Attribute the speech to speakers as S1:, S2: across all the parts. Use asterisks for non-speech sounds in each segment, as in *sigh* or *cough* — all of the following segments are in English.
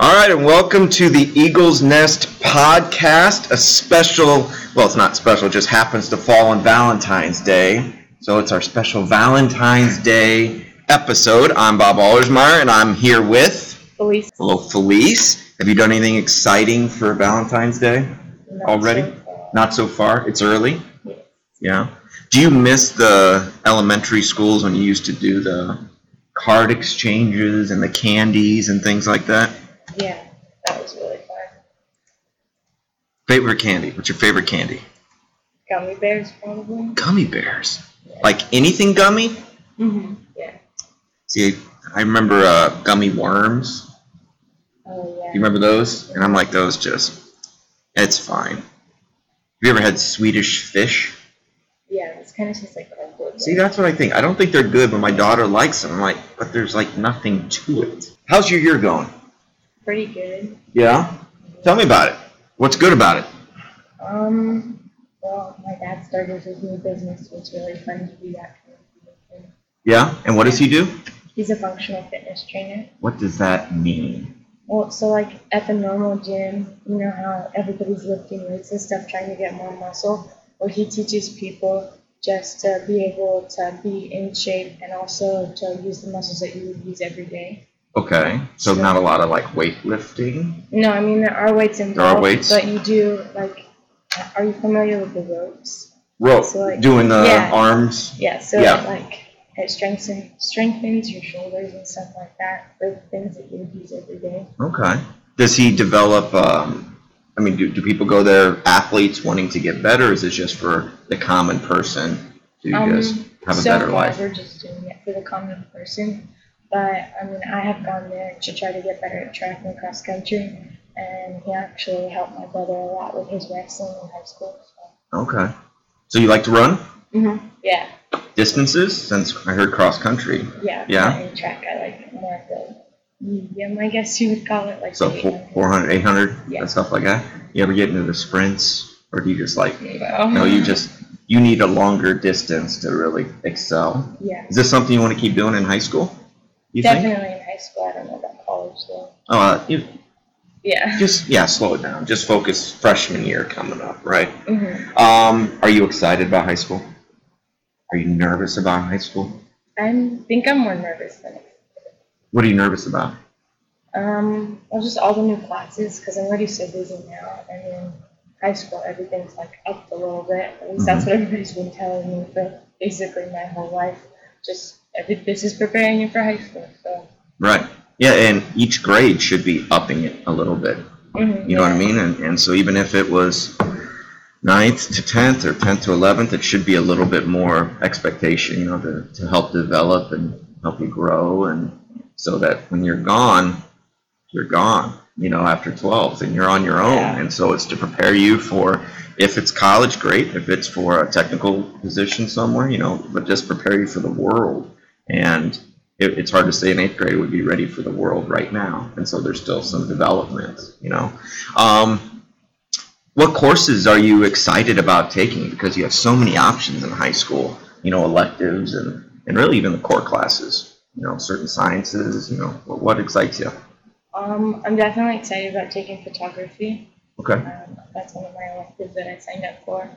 S1: All right, and welcome to the Eagles Nest podcast, a special, well, it's not special, it just happens to fall on Valentine's Day. So it's our special Valentine's Day episode. I'm Bob Allersmeyer, and I'm here with,
S2: Elise.
S1: hello, Felice. Have you done anything exciting for Valentine's Day? Already? Not so far. It's early.
S2: Yes.
S1: Yeah. Do you miss the elementary schools when you used to do the card exchanges and the candies and things like that?
S2: Yeah, that was really fun.
S1: Favorite candy? What's your favorite candy?
S2: Gummy bears, probably.
S1: Gummy bears. Like anything gummy?
S2: Mm-hmm. Yeah.
S1: See, I remember uh, gummy worms.
S2: Oh
S1: You
S2: yeah.
S1: remember those? And I'm like, those just, it's fine. Have you ever had Swedish fish?
S2: Yeah, it's kind of tastes like cardboard.
S1: See, that's what I think. I don't think they're good, but my daughter likes them. I'm like, but there's like nothing to it. How's your year going?
S2: Pretty good.
S1: Yeah. Tell me about it. What's good about it?
S2: Um. Well, my dad started his new business, so it's really fun to do that kind of thing.
S1: Yeah. And what does he do?
S2: He's a functional fitness trainer.
S1: What does that mean?
S2: Well, so like at the normal gym, you know how everybody's lifting weights and stuff, trying to get more muscle. Well, he teaches people just to be able to be in shape and also to use the muscles that you would use every day.
S1: Okay. So not a lot of like weightlifting.
S2: No, I mean there are weights involved,
S1: weights.
S2: but you do like. Are you familiar with the ropes?
S1: Rope.
S2: So, like-
S1: doing the
S2: Yeah.
S1: arms.
S2: Yeah. So
S1: Oh, Yeah.
S2: like it strengthens strengthens your shoulders and stuff like that with things that you would use every day.
S1: Okay. Does he develop? Um, I mean, do, do people go there athletes wanting to get better? Or is it just for the common person to
S2: Um,
S1: just have a
S2: so
S1: better
S2: far,
S1: life?
S2: We're just doing it for the common person. But I mean, I have gone there to try to get better at track and cross country, and he actually helped my brother a lot with his wrestling in high school. So.
S1: Okay. So you like to run
S2: Yeah,
S1: distances? Since I heard cross country,
S2: yeah.
S1: Yeah.
S2: In track, I like it more of the medium, I guess you would call it, like
S1: so
S2: the
S1: four-
S2: 800.
S1: 400, 800,
S2: Yeah.
S1: and stuff like that. You ever get into the sprints, or do you just like?
S2: No.
S1: No, you just you need a longer distance to really excel.
S2: Yeah,
S1: Is this something you want to keep doing in high school? You think?
S2: definitely in high school. I don't know about college though.
S1: Oh, uh, you,
S2: Yeah.
S1: just yeah, slow it down. Just focus freshman year coming up, right?
S2: hmm
S1: Um, are you excited about high school? Are you nervous about high school?
S2: I think I'm more nervous than excited.
S1: What are you nervous about?
S2: Um, well, just all the new classes because I'm already so busy now. And in high school, everything's like up a little bit. At least
S1: Mm-hmm.
S2: that's what everybody's been telling me for basically my whole life. Just every, this is preparing you for high school. So,
S1: Right. Yeah, and each grade should be upping it a little bit.
S2: mhm,
S1: Mm-hmm. You know what I
S2: yeah.
S1: mean? And, and so even if it was ninth to tenth or tenth to eleventh, it should be a little bit more expectation, you know, to, to help develop and help you grow and so that when you're gone, you're gone, you know, after twelve and you're on your own.
S2: Yeah.
S1: And so it's to prepare you for if it's college, great. If it's for a technical position somewhere, you know, but just prepare you for the world. And it, it's hard to say an eighth grade would be ready for the world right now. And so there's still some development, you know. Um, what courses are you excited about taking? Because you have so many options in high school, you know, electives and, and really even the core classes, you know, certain sciences, you know, what, what excites you?
S2: Um, I'm definitely excited about taking photography.
S1: Okay.
S2: Um, that's one of my electives that I signed up for.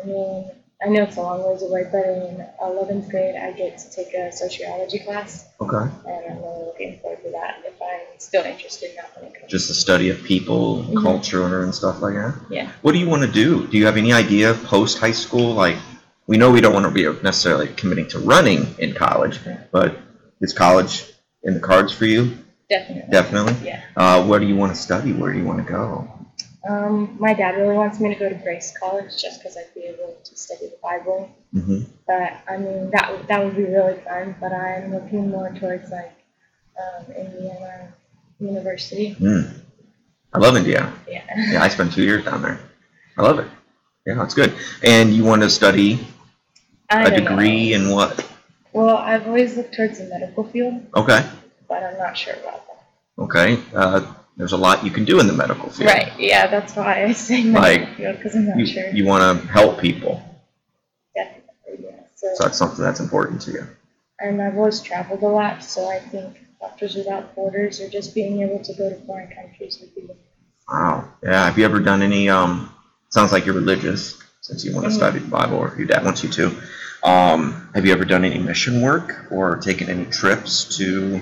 S2: I mean, I know it's a long ways away, but in 11th grade, I get to take a sociology class,
S1: Okay.
S2: and I'm really looking forward to that if I'm still interested in that when it comes.
S1: Just the study of people and
S2: Mhm.
S1: culture and stuff like that.
S2: Yeah.
S1: What do you want to do? Do you have any idea post high school? Like, we know we don't want to be necessarily committing to running in college, but is college in the cards for you?
S2: Definitely.
S1: Definitely.
S2: Yeah.
S1: Uh, where do you want to study? Where do you want to go?
S2: Um, my dad really wants me to go to Grace College just because I'd be able to study the Bible.
S1: hmm
S2: But I mean, that would that would be really fun. But I'm looking more towards like um, Indiana University.
S1: Mm. I love Indiana.
S2: Yeah. *laughs*
S1: Yeah, I spent two years down there. I love it. Yeah, it's good. And you want to study
S2: I
S1: a
S2: don't know.
S1: degree in what?
S2: Well, I've always looked towards the medical field,
S1: Okay.
S2: but I'm not sure about that.
S1: Okay. Uh, there's a lot you can do in the medical field.
S2: Right. Yeah, that's why I *laughs* say medical
S1: Like,
S2: field because I'm not
S1: You,
S2: sure.
S1: you want to help people.
S2: Definitely. Yeah. So,
S1: So that's something that's important to you.
S2: and I've always traveled a lot, so I think Doctors Without Borders or just being able to go to foreign countries would be.
S1: Wow. Yeah. Have you ever done any? Um, sounds like you're religious since you want to
S2: Mhm.
S1: study the Bible, or your dad wants you to. Um, have you ever done any mission work or taken any trips to?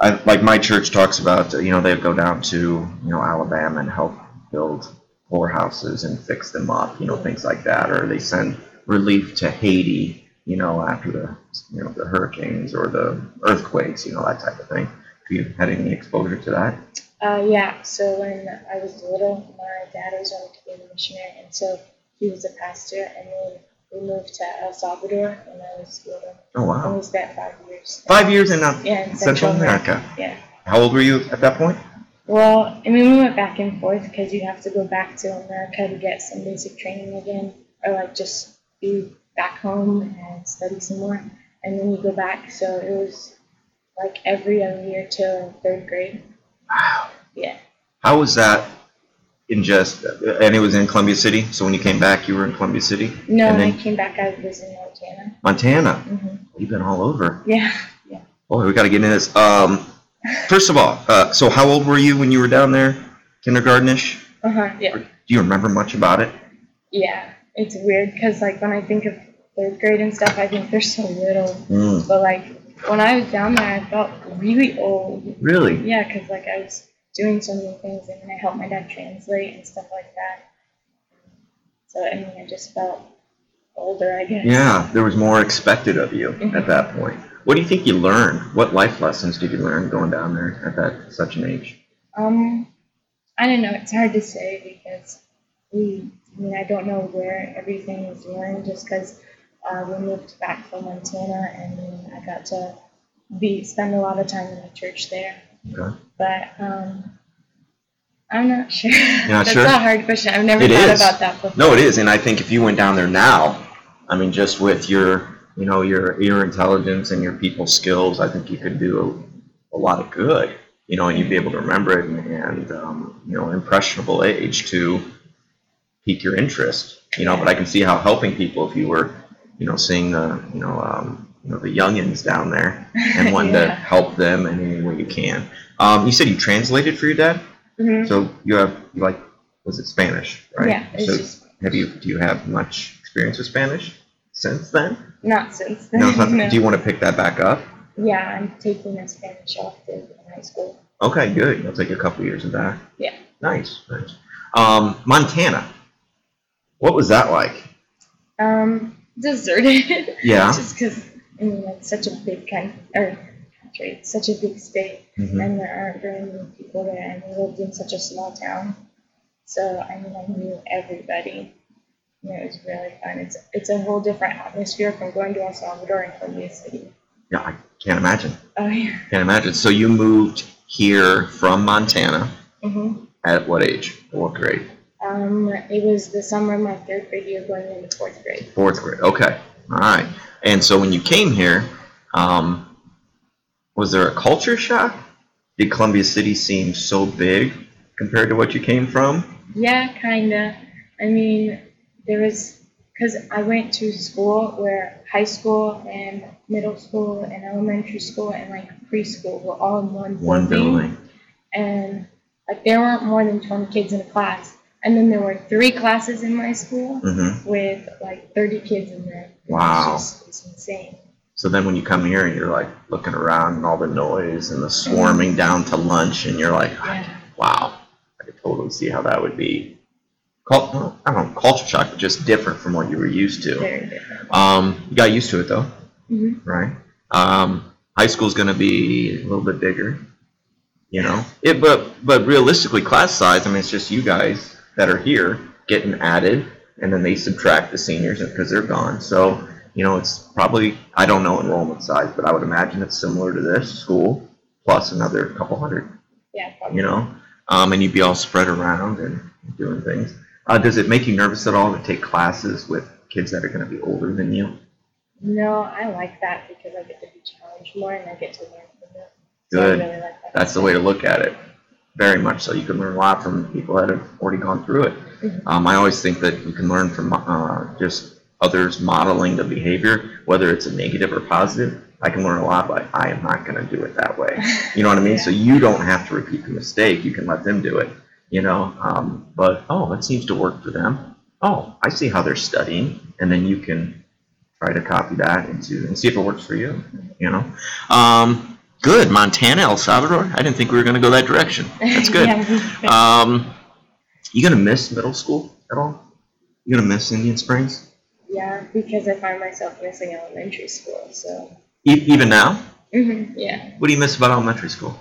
S1: I, like my church talks about, uh, you know, they go down to you know Alabama and help build poorhouses and fix them up, you know, things like that, or they send relief to Haiti, you know, after the you know the hurricanes or the earthquakes, you know, that type of thing. Have you had any exposure to that?
S2: Uh, yeah, so when I was little, my dad was wanted to be a missionary, and so he was a pastor, and then we moved to El Salvador when I was little.
S1: Oh
S2: I
S1: wow.
S2: was there five years.
S1: Five years and not
S2: Yeah, in
S1: Central America.
S2: Yeah.
S1: How old were you at that point?
S2: Well, I mean, we went back and forth because you have to go back to America to get some basic training again, or like just be back home and study some more, and then you go back. So it was like every other year till third grade.
S1: Wow.
S2: Yeah.
S1: How was that in just, and it was in Columbia City? So when you came back, you were in Columbia City?
S2: No,
S1: And
S2: when
S1: then-
S2: I came back, I was in Montana.
S1: Montana.
S2: hmm
S1: You've been all over.
S2: Yeah.
S1: Boy, we got to get into this. Um, first of all, uh, so how old were you when you were down there? Kindergartenish?
S2: Uh huh. Yeah.
S1: Do you remember much about it?
S2: Yeah. It's weird because like when I think of third grade and stuff, I think they're so little.
S1: Mm,
S2: But like when I was down there, I felt really old.
S1: really?
S2: Yeah, because like I was doing so many things, and then I helped my dad translate and stuff like that. So I mean, I just felt older, I guess.
S1: Yeah, there was more expected of you at that point. What do you think you learned? What life lessons did you learn going down there at that such an age?
S2: Um, I don't know. It's hard to say because we. I mean, I don't know where everything was learned, just because uh, we moved back from Montana, and then I got to be spend a lot of time in the church there.
S1: Okay.
S2: But um, I'm not *laughs* sure.
S1: not
S2: That's
S1: sure?
S2: a hard question. I've never
S1: It
S2: thought
S1: is.
S2: about that before.
S1: No, it is, and I think if you went down there now, I mean, just with your, you know, your your intelligence and your people skills, I think you could do a, a lot of good, you know, and you'd be able to remember it, and, and um, you know, impressionable age to pique your interest, you know. But I can see how helping people if you were, you know, seeing the, you know, um, you know, the youngins down there
S2: *laughs*
S1: and wanting to
S2: Yeah.
S1: help them in any way you can. Um, you said you translated for your dad,
S2: Mhm.
S1: so you have you like was it Spanish, right?
S2: Yeah, it's
S1: So-
S2: just
S1: Have you do you have much experience with Spanish since then?
S2: not since then.
S1: No, it's not-
S2: *laughs* no.
S1: Do you want to pick that back up?
S2: yeah, I'm taking a Spanish elective in high school.
S1: Okay, good. You'll take a couple years of that.
S2: Yeah.
S1: Nice, nice. Um, Montana. What was that like?
S2: Um, deserted. *laughs*
S1: Yeah.
S2: Just because I mean it's such a big country, or country, it's such a big state,
S1: Mhm.
S2: and there aren't very many people there, and we lived in such a small town. So I mean, I knew everybody. And it was really fun. It's it's a whole different atmosphere from going to El Salvador and Columbia City.
S1: Mm-hmm. Yeah, I can't imagine.
S2: Oh yeah.
S1: Can't imagine. So you moved here from Montana
S2: hmm
S1: at what age? What grade?
S2: Um, it was the summer of my third grade year, going into fourth grade.
S1: Fourth grade. Okay. All right. And so when you came here, um, was there a culture shock? Did Columbia City seem so big compared to what you came from?
S2: Yeah, kinda. I mean, there was because I went to school where high school and middle school and elementary school and like preschool were all in one,
S1: One building.
S2: and like there weren't more than twenty kids in a class, and then there were three classes in my school
S1: hmm
S2: with like thirty kids in them. It was
S1: Wow.
S2: just- it's insane.
S1: So then when you come here and you're like looking around and all the noise and the swarming down to lunch and you're like,
S2: Yeah.
S1: wow, I could totally see how that would be. Cult- I don't know, culture shock, but just different from what you were used to.
S2: Very different.
S1: Um, you got used to it though.
S2: Mhm.
S1: right? Um, high school's going to be a little bit bigger, you know. It, but but realistically, class size. I mean, it's just you guys that are here getting added, and then they subtract the seniors because they're gone. So you know, it's probably I don't know enrollment size, but I would imagine it's similar to this school plus another couple hundred,
S2: Yeah. probably.
S1: you know. Um, and you'd be all spread around and doing things. Uh, does it make you nervous at all to take classes with kids that are going to be older than you?
S2: No, I like that because I get to be challenged more and I get to learn from them. So
S1: Good.
S2: I really like that.
S1: that's the way to look at it. Very much so. You can learn a lot from people that have already gone through it.
S2: Mhm.
S1: Um, I always think that you can learn from uh, just others modeling the behavior, whether it's a negative or positive. I can learn a lot, but I am not going to do it that way. You know what I mean? So you don't have to repeat the mistake. You can let them do it. You know, um, but oh, it seems to work for them. Oh, I see how they're studying, and then you can try to copy that into and see if it works for you. You know, um, good Montana, El Salvador. I didn't think we were going to go that direction. That's good.
S2: *laughs* Yeah.
S1: Um, you gonna miss middle school at all? You gonna miss Indian Springs?
S2: Yeah, because I find myself missing elementary school. So,
S1: E- even now?
S2: hmm yeah,
S1: What do you miss about elementary school?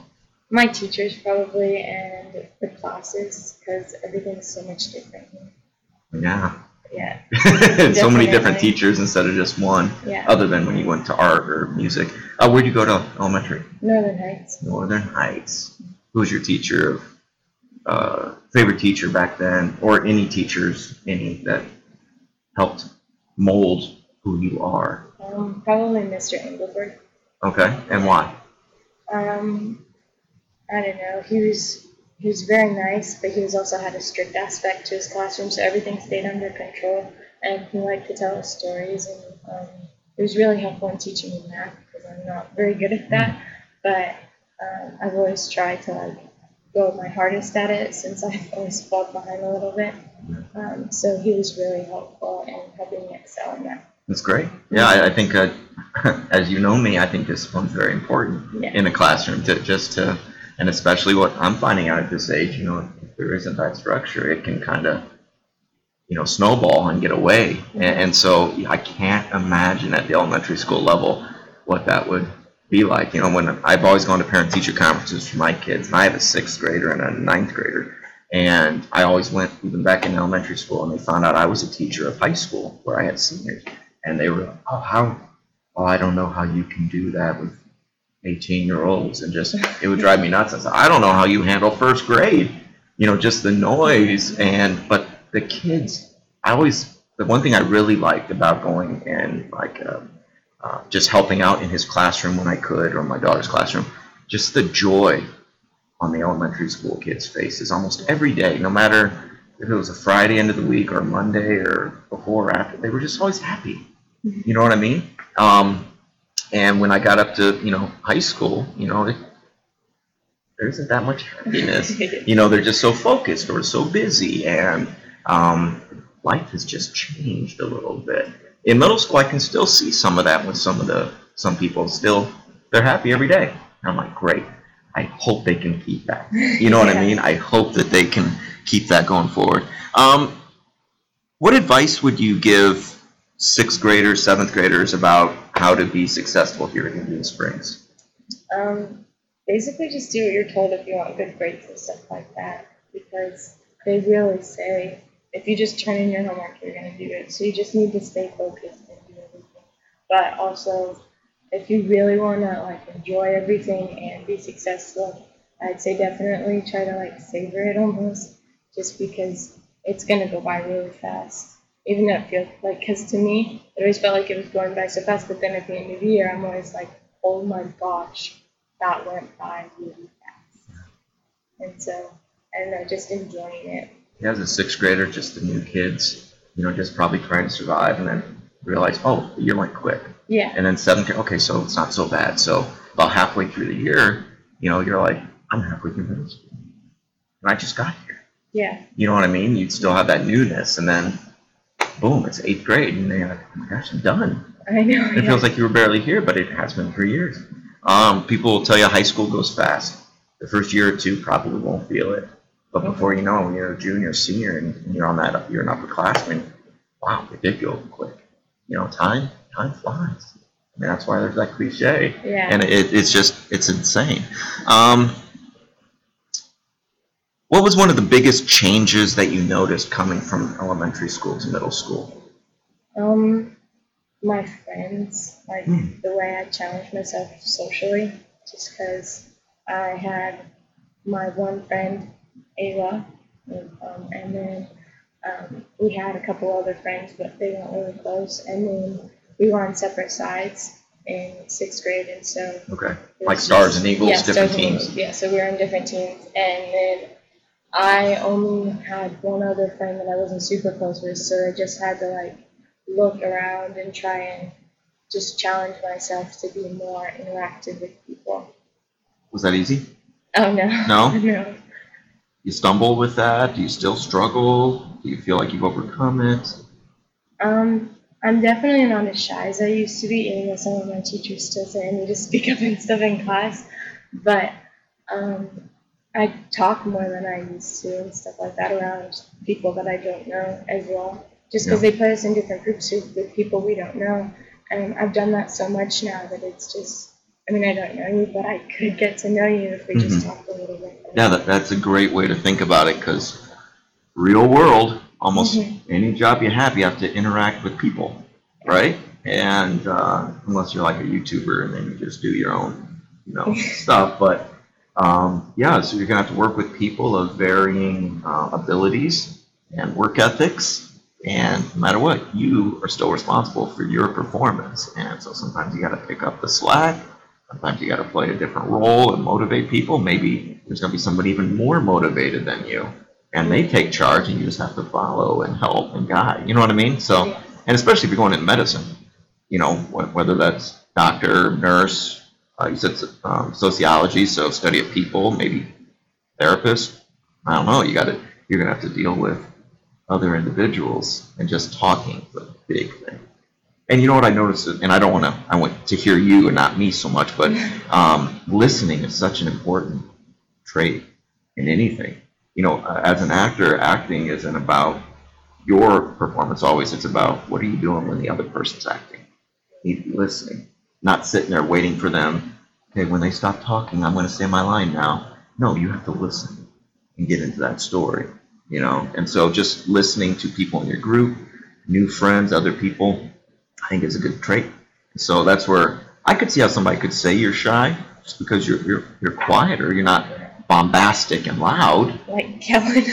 S2: my teachers probably and the classes because everything's so much different. here.
S1: Yeah, *laughs*
S2: Yeah,
S1: so many different
S2: Definitely.
S1: teachers instead of just one.
S2: yeah.
S1: Other than when you went to art or music, uh, where'd you go to elementary?
S2: Northern Heights.
S1: Northern Heights. Who was your teacher? Uh, favorite teacher back then, or any teachers, any that helped mold who you are?
S2: Um, probably Mr. Engelberg.
S1: Okay, and why?
S2: Um, I don't know. He was he was very nice, but he was also had a strict aspect to his classroom, so everything stayed under control. And he liked to tell us stories, and um, it was really helpful in teaching me math because I'm not very good at that. But um, I've always tried to like go my hardest at it since I've *laughs* always fallen behind a little bit. Um, so he was really helpful in helping me excel in that.
S1: That's great. Yeah, I, I think, uh, *laughs* as you know me, I think discipline's very important
S2: Yeah.
S1: in a classroom to just to, and especially what I'm finding out at this age, you know, if there isn't that structure, it can kind of, you know, snowball and get away. And, and so I can't imagine at the elementary school level what that would be like. You know, when I've always gone to parent teacher conferences for my kids, and I have a sixth grader and a ninth grader. And I always went, even back in elementary school, and they found out I was a teacher of high school where I had seniors. And they were, oh, how, oh, I don't know how you can do that with 18 year olds. And just, it would drive me nuts. I said, I don't know how you handle first grade, you know, just the noise. And, but the kids, I always, the one thing I really liked about going and like uh, uh, just helping out in his classroom when I could or my daughter's classroom, just the joy on the elementary school kids' faces almost every day, no matter if it was a Friday end of the week or Monday or before or after, they were just always happy. You know what I mean? Um, and when I got up to you know high school, you know, it, there isn't that much happiness.
S2: *laughs*
S1: you know, they're just so focused or so busy, and um, life has just changed a little bit. In middle school, I can still see some of that with some of the some people still they're happy every day. And I'm like, great. I hope they can keep that. You know what I
S2: Yeah.
S1: mean? I hope that they can keep that going forward. Um, what advice would you give sixth graders, seventh graders about how to be successful here in Indian Springs?
S2: Um, basically, just do what you're told if you want good grades and stuff like that, because they really say if you just turn in your homework, you're gonna do it. So you just need to stay focused and do everything. But also, if you really wanna like enjoy everything and be successful, I'd say definitely try to like savor it almost, just because it's gonna go by really fast. Even though it feels like, because to me, it always felt like it was going by so fast. But then at the end of the year, I'm always like, oh my gosh, that went by really fast. And so, I don't know, just enjoying it.
S1: Yeah, as a sixth grader, just the new kids, you know, just probably trying to survive and then realize, oh, the year went quick.
S2: Yeah,
S1: And then seventh grade, okay, so it's not so bad. So about halfway through the year, you know, you're like, I'm halfway through middle school. And I just got here.
S2: yeah,
S1: You know what I mean? You'd still have that newness and then boom, it's eighth grade and then you're like, oh my gosh, I'm done.
S2: I know.
S1: It
S2: yeah.
S1: feels like you were barely here, but it has been for years. Um, people will tell you high school goes fast. The first year or two probably won't feel it, but before you know, it, you're a junior, senior, and you're on that, you're an upperclassman. Wow, it did go quick. You know, time time flies. I mean, that's why there's that cliche,
S2: yeah.
S1: and it, it's just it's insane. Um, what was one of the biggest changes that you noticed coming from elementary school to middle school?
S2: Um, my friends, like
S1: Hmm.
S2: the way I challenge myself socially, just because I had my one friend, Ayla, and, um, and then um, we had a couple other friends, but they weren't really close. And then we were on separate sides in sixth grade, and so
S1: Okay,
S2: it
S1: like
S2: was
S1: Stars
S2: just-
S1: and Eagles,
S2: yeah,
S1: different
S2: Stars and
S1: teams.
S2: Eagles, Yeah, so we were in different teams, and then I only had one other friend that I wasn't super close with, so I just had to like look around and try and just challenge myself to be more interactive with people.
S1: Was that easy?
S2: Oh no.
S1: No?
S2: *laughs* no.
S1: You stumble with that? Do you still struggle? Do you feel like you've overcome it?
S2: Um, I'm definitely not as shy as I used to be, even though some of my teachers still say I need to *laughs* speak up and stuff in class. But um, I talk more than I used to and stuff like that around people that I don't know as well. Just because they put us in different groups with with people we don't know. And I've done that so much now that it's just, I mean, I don't know you, but I could get to know you if we just talked a little bit.
S1: Yeah, that, that's a great way to think about it because real world, almost
S2: Mhm.
S1: any job you have, you have to interact with people, right? And uh, unless you're like a YouTuber and then you just do your own, you know, stuff. But um, yeah, so you're gonna have to work with people of varying uh, abilities and work ethics. And no matter what, you are still responsible for your performance. And so sometimes you got to pick up the slack. Sometimes you got to play a different role and motivate people. Maybe there's going to be somebody even more motivated than you, and they take charge, and you just have to follow and help and guide. You know what I mean? So,
S2: Yeah.
S1: and especially if you're going into medicine, you know, wh- whether that's doctor, nurse, uh, you said um, sociology, so study of people, maybe therapist. I don't know. You got to you're going to have to deal with other individuals and just talking is a big thing. And you know what I noticed, and I don't want to, I want to hear you and not me so much, but um, listening is such an important trait in anything. You know, uh, as an actor, acting isn't about your performance always, it's about what are you doing when the other person's acting. You need to be listening, not sitting there waiting for them. Okay, when they stop talking, I'm going to say my line now. No, you have to listen and get into that story you know and so just listening to people in your group new friends other people i think is a good trait so that's where i could see how somebody could say you're shy just because you're you're, you're quieter you're not bombastic and loud
S2: Like Kellen.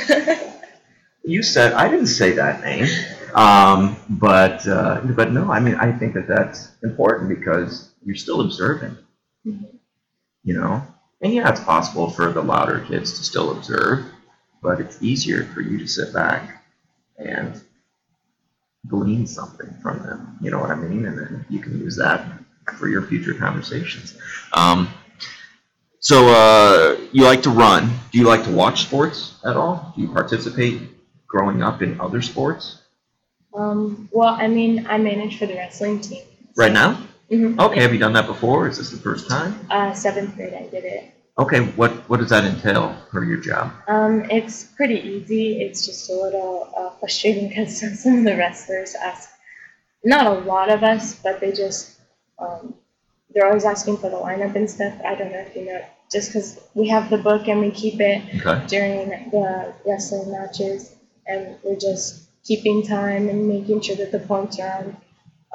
S1: you said i didn't say that name um, but uh, but no i mean i think that that's important because you're still observing you know and yeah it's possible for the louder kids to still observe but it's easier for you to sit back and glean something from them you know what i mean and then you can use that for your future conversations um, so uh, you like to run do you like to watch sports at all do you participate growing up in other sports
S2: *laughs* um, well, I mean, I manage for the wrestling team.
S1: right now
S2: Mhm.
S1: okay have you done that before is this the first time
S2: Uh, seventh grade, I did it.
S1: okay what what does that entail for your job
S2: Um, it's pretty easy. It's just a little uh, frustrating *laughs* because some of the wrestlers ask, not a lot of us, but they just, um, they're always asking for the lineup and stuff. I don't know if you know, just because we have the book and we keep it
S1: okay
S2: during the wrestling matches, and we're just keeping time and making sure that the points are on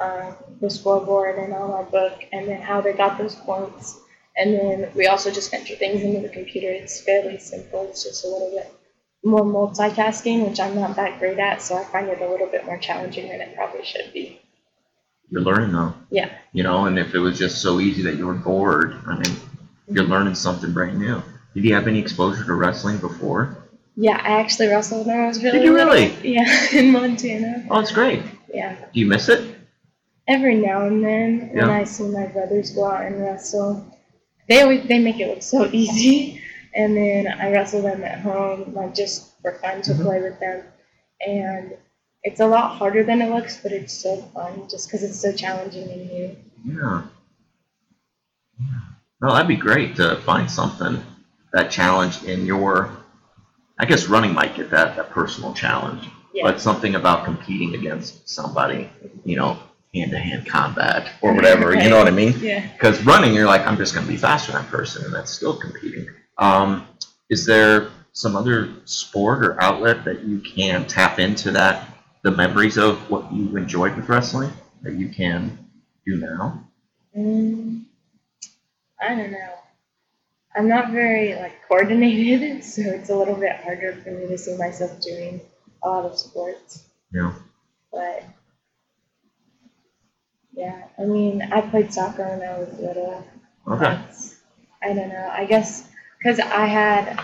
S2: uh, the scoreboard and on our book, and then how they got those points. And then we also just enter things into the computer. It's fairly simple. It's just a little bit more multitasking, which I'm not that great at, so I find it a little bit more challenging than it probably should be.
S1: you're learning though
S2: Yeah.
S1: you know and if it was just so easy that you were bored i mean you're learning something brand new did you have any exposure to wrestling before
S2: Yeah, I actually wrestled when I was really
S1: Did you
S2: little.
S1: really?
S2: Yeah, *laughs* in Montana.
S1: oh it's great
S2: Yeah.
S1: do you miss it
S2: every now and then when
S1: Yeah.
S2: I see my brothers go out and wrestle, they always they make it look so *laughs* easy. And then I wrestle them at home, like just for fun to
S1: Mhm.
S2: play with them. And it's a lot harder than it looks, but it's so fun just because it's so challenging and new.
S1: yeah yeah no that'd be great to find something that challenge in your i guess running might get that that personal challenge
S2: Yeah.
S1: but something about competing against somebody you know hand-to-hand combat or whatever you know what i mean
S2: yeah.
S1: Because running, you're like, I'm just going to be faster than that person, and that's still competing. Um, is there some other sport or outlet that you can tap into that the memories of what you enjoyed with wrestling that you can do now?
S2: Mm, I don't know. I'm not very like coordinated, *laughs* so it's a little bit harder for me to see myself doing a lot of sports.
S1: Yeah.
S2: But yeah, I mean, I played soccer when I was little.
S1: Okay.
S2: That's- I don't know. I guess because I had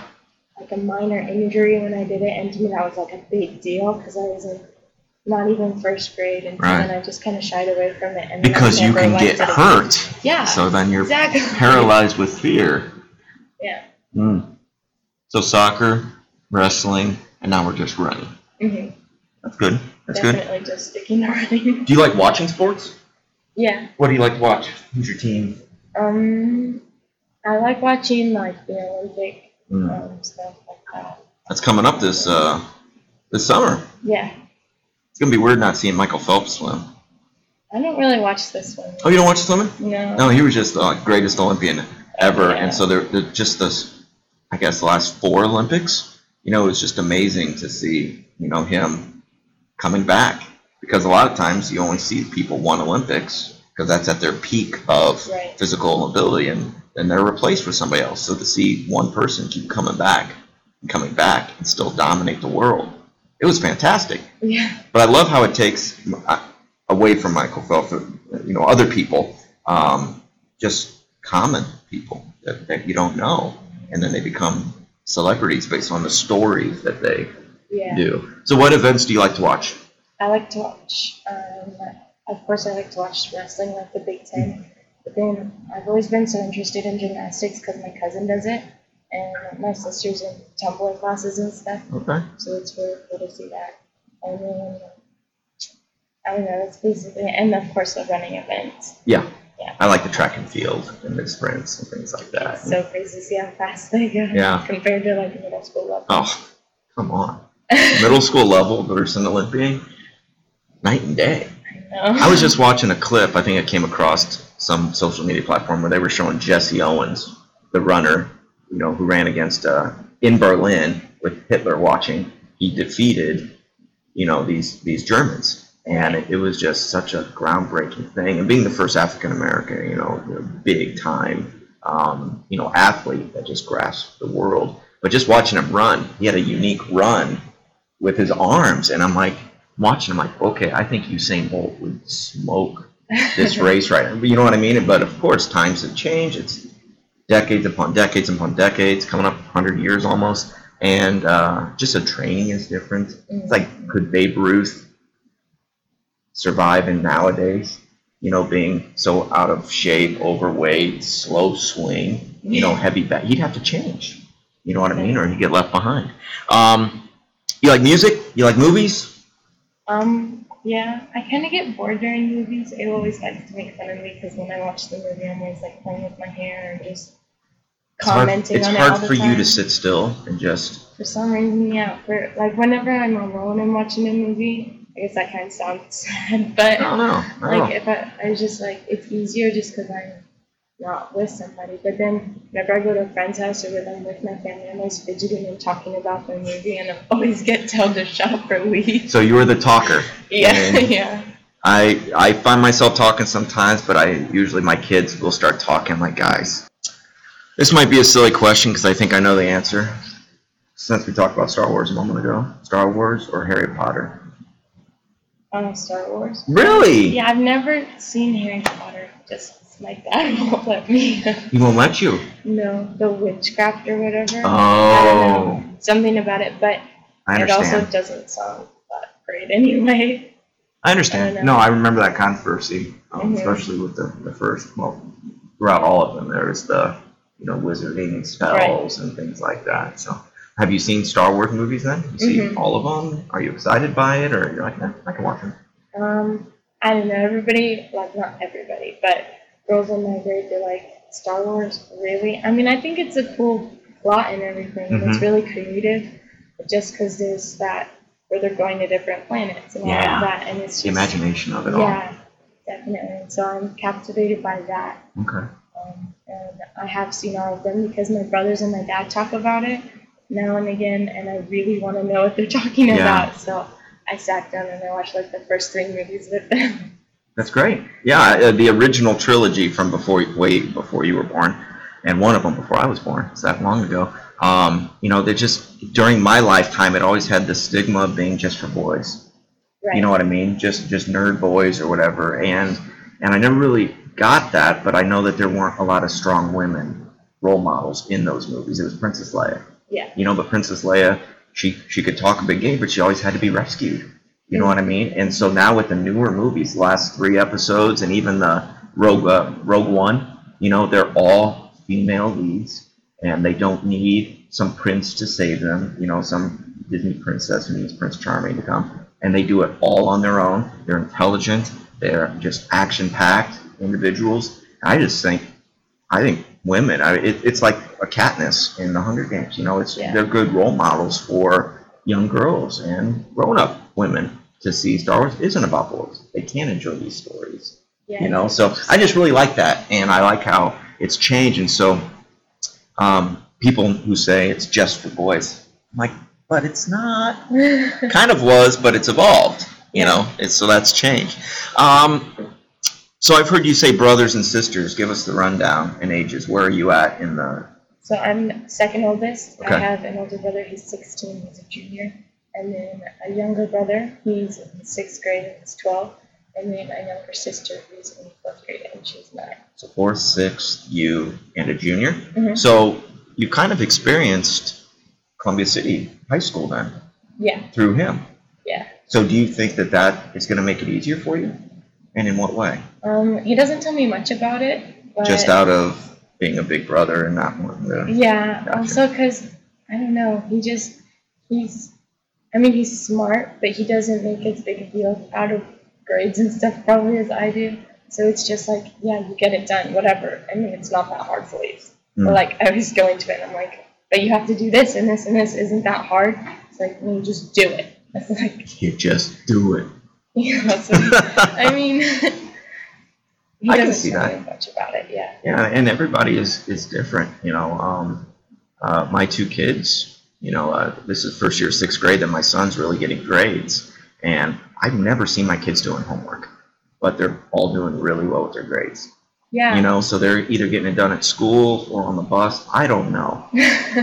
S2: like a minor injury when I did it, and to me that was like a big deal because I was in not even first grade, and
S1: Right.
S2: then I just kind of shied away from it. And then I
S1: because you
S2: never
S1: can
S2: liked
S1: get
S2: it again.
S1: hurt.
S2: Yeah,
S1: So then you're
S2: exactly. *laughs*
S1: paralyzed with fear.
S2: Yeah.
S1: Hmm. So soccer, wrestling, and now we're just running.
S2: hmm
S1: That's good. That's good.
S2: Definitely just sticking to running.
S1: Do you like watching sports?
S2: *laughs* yeah.
S1: What do you like to watch? Who's your team?
S2: Um, I like watching like the Olympic
S1: Hmm.
S2: um, stuff like that.
S1: That's coming up this uh, this summer.
S2: Yeah,
S1: It's gonna be weird not seeing Michael Phelps swim.
S2: I don't really watch this one.
S1: Oh, you don't watch swimming?
S2: No.
S1: No, he was just the greatest Olympian ever,
S2: Yeah.
S1: and so they're, they're just this. I guess the last four Olympics, you know, it's just amazing to see you know him coming back because a lot of times you only see people one Olympics because that's at their peak of
S2: Right.
S1: physical ability, and then they're replaced with somebody else. So to see one person keep coming back and coming back and still dominate the world, it was fantastic.
S2: Yeah.
S1: But I love how it takes uh, away from Michael Phelps, uh, you know, other people, um, just common people that, that you don't know, and then they become celebrities based on the stories that they
S2: Yeah.
S1: do. So, what events do you like to watch?
S2: I like to watch. Um, of course, I like to watch wrestling, like the Big Ten. But then I've always been so interested in gymnastics because my cousin does it, and my sister's in tumbling classes and stuff.
S1: Okay.
S2: So it's really cool to see that. And then I don't know. That's basically, it. and of course the running events.
S1: Yeah.
S2: Yeah.
S1: I like the track and field and the sprints and things like that.
S2: It's so crazy to see how fast they go
S1: Yeah.
S2: *laughs* compared to like middle school level. *laughs*
S1: oh, come on! Middle school level versus an Olympian, night and day. I was just watching a clip. I think I came across some social media platform where they were showing Jesse Owens, the runner, you know, who ran against uh, in Berlin with Hitler watching. He defeated, you know, these these Germans, and it, it was just such a groundbreaking thing. And being the first African American, you know, a big time, um, you know, athlete that just grasped the world. But just watching him run, he had a unique run with his arms, and I'm like watching. I'm like, okay, I think Usain Bolt would smoke
S2: *laughs*
S1: this race right. now. You know what I mean? But of course, times have changed. It's decades upon decades upon decades, coming up 100 years almost, and uh, just the training is different.
S2: Mm.
S1: It's like, could Babe Ruth survive in nowadays? You know, being so out of shape, overweight, slow swing, you know, heavy back, he'd have to change. You know what I mean? Or he'd get left behind. Um, you like music? You like movies?
S2: Um, yeah, I kind of get bored during movies. It always likes to make fun of me because when I watch the movie, I'm always like playing with my hair or just
S1: It's hard-
S2: commenting
S1: it's
S2: on
S1: hard
S2: it all the
S1: for
S2: time.
S1: you to sit still and just
S2: For some reason, yeah. For like whenever I'm alone and watching a movie, I guess that kind of sounds *laughs* sad,
S1: I
S2: but
S1: don't know. I don't know.
S2: like if I, I was just like it's easier just because I'm not with somebody. But then whenever I go to a friend's house or when I'm with my family, I'm always fidgeting and talking about the movie, and I always get told to shut up or leave.
S1: So you were the talker.
S2: *laughs* Yeah,
S1: And
S2: yeah.
S1: I I find myself talking sometimes, but I usually my kids will start talking like guys. This might be a silly question because I think I know the answer. Since we talked about Star Wars a moment ago, Star Wars or Harry Potter?
S2: Oh, Star Wars.
S1: Really?
S2: Yeah, I've never seen Harry Potter. Just my dad *laughs* won't let me.
S1: He won't let you.
S2: no, the witchcraft or whatever.
S1: Oh,
S2: Something about it, but
S1: I
S2: it also
S1: understand.
S2: doesn't sound that great anyway.
S1: I understand.
S2: I
S1: no,
S2: know.
S1: I remember that controversy, um,
S2: Mhm.
S1: especially with the, the first. Well, throughout all of them, there's the you know wizarding and spells and things like that. So, have you seen Star Wars movies? Then you see
S2: Mhm.
S1: all of them. Are you excited by it, or you're like, eh, I can watch them?
S2: Um, I don't know. Everybody, like not everybody, but girls in my grade, they're like Star Wars. Really? I mean, I think it's a cool plot and everything. and It's
S1: Mhm.
S2: really creative, but just because there's that where they're going to different planets and all
S1: Yeah.
S2: of that, and it's
S1: The
S2: just
S1: imagination of it
S2: Yeah, definitely. So I'm captivated by that.
S1: all. Okay.
S2: Um, and I have seen all of them because my brothers and my dad talk about it now and again, and I really want to know what they're *laughs* talking
S1: Yeah.
S2: about. So I sat down and I watched like the first three movies with them. *laughs*
S1: That's great. Yeah, uh, the original trilogy from before way before you were born, and one of them before I was born. It's that long ago. Um, you know, they just during my lifetime, it always had the stigma of being just for boys.
S2: Right.
S1: you know what I mean? Just just nerd boys or whatever. And and I never really got that, but I know that there weren't a lot of strong women role models in those movies. It was Princess Leia.
S2: Yeah.
S1: You know, but Princess Leia, she she could talk a big game, but she always had to be rescued. You You know what I mean? And so now with the newer movies, the last three episodes, and even the Rogue uh, Rogue One, you know, they're all female leads, and they don't need some prince to save them. You know, some Disney princess who needs Prince Charming to come, and they do it all on their own. They're intelligent. They're just action-packed individuals. I just think, I think women. I mean, it, it's like a Katniss in the Hunger Games. You know, it's
S2: Yeah.
S1: they're good role models for young girls and grown-up women to see Star Wars isn't about boys. They can enjoy these stories
S2: Yeah.
S1: you know so i just really like that and i like how it's changed and so um, people who say it's just for boys i'm like but it's not kind of was but it's evolved you know and so that's changed um, so i've heard you say brothers and sisters give us the rundown in ages where are you at in the
S2: *laughs* So I'm second oldest.
S1: Okay.
S2: I have an older brother. He's 16. He's a junior. And then a younger brother. He's in sixth grade and he's 12. And then a younger sister who's in fourth grade and she's 9
S1: so fourth sixth you and a junior
S2: Mhm.
S1: so you kind of experienced columbia city high school then
S2: Yeah,
S1: through him
S2: yeah.
S1: So do you think that that is going to make it easier for you? And in what way?
S2: Um, he doesn't tell me much about it. But
S1: Just out of being a big brother and not wanting to.
S2: Yeah,
S1: Gotcha.
S2: also because I don't know, he just he's I mean he's smart, but he doesn't make as big a deal out of grades and stuff probably as I do. So it's just like, yeah, you get it done, whatever. I mean, it's not that hard for you.
S1: Mm.
S2: Like I was going to it, and I'm like, but you have to do this and this and this. Isn't that hard? It's like, no, just do it. It's like, *laughs*
S1: You just do it. *laughs*
S2: yeah, that's what- I mean, *laughs* he
S1: I can
S2: doesn't
S1: see
S2: tell
S1: that.
S2: me much about it. Yeah.
S1: yeah, and everybody is, is different. You know, um, uh, my two kids, you know, uh, this is first year of sixth grade, and my son's really getting grades. And I've never seen my kids doing homework, but they're all doing really well with their grades.
S2: Yeah.
S1: You know, so they're either getting it done at school or on the bus. I don't know.
S2: *laughs*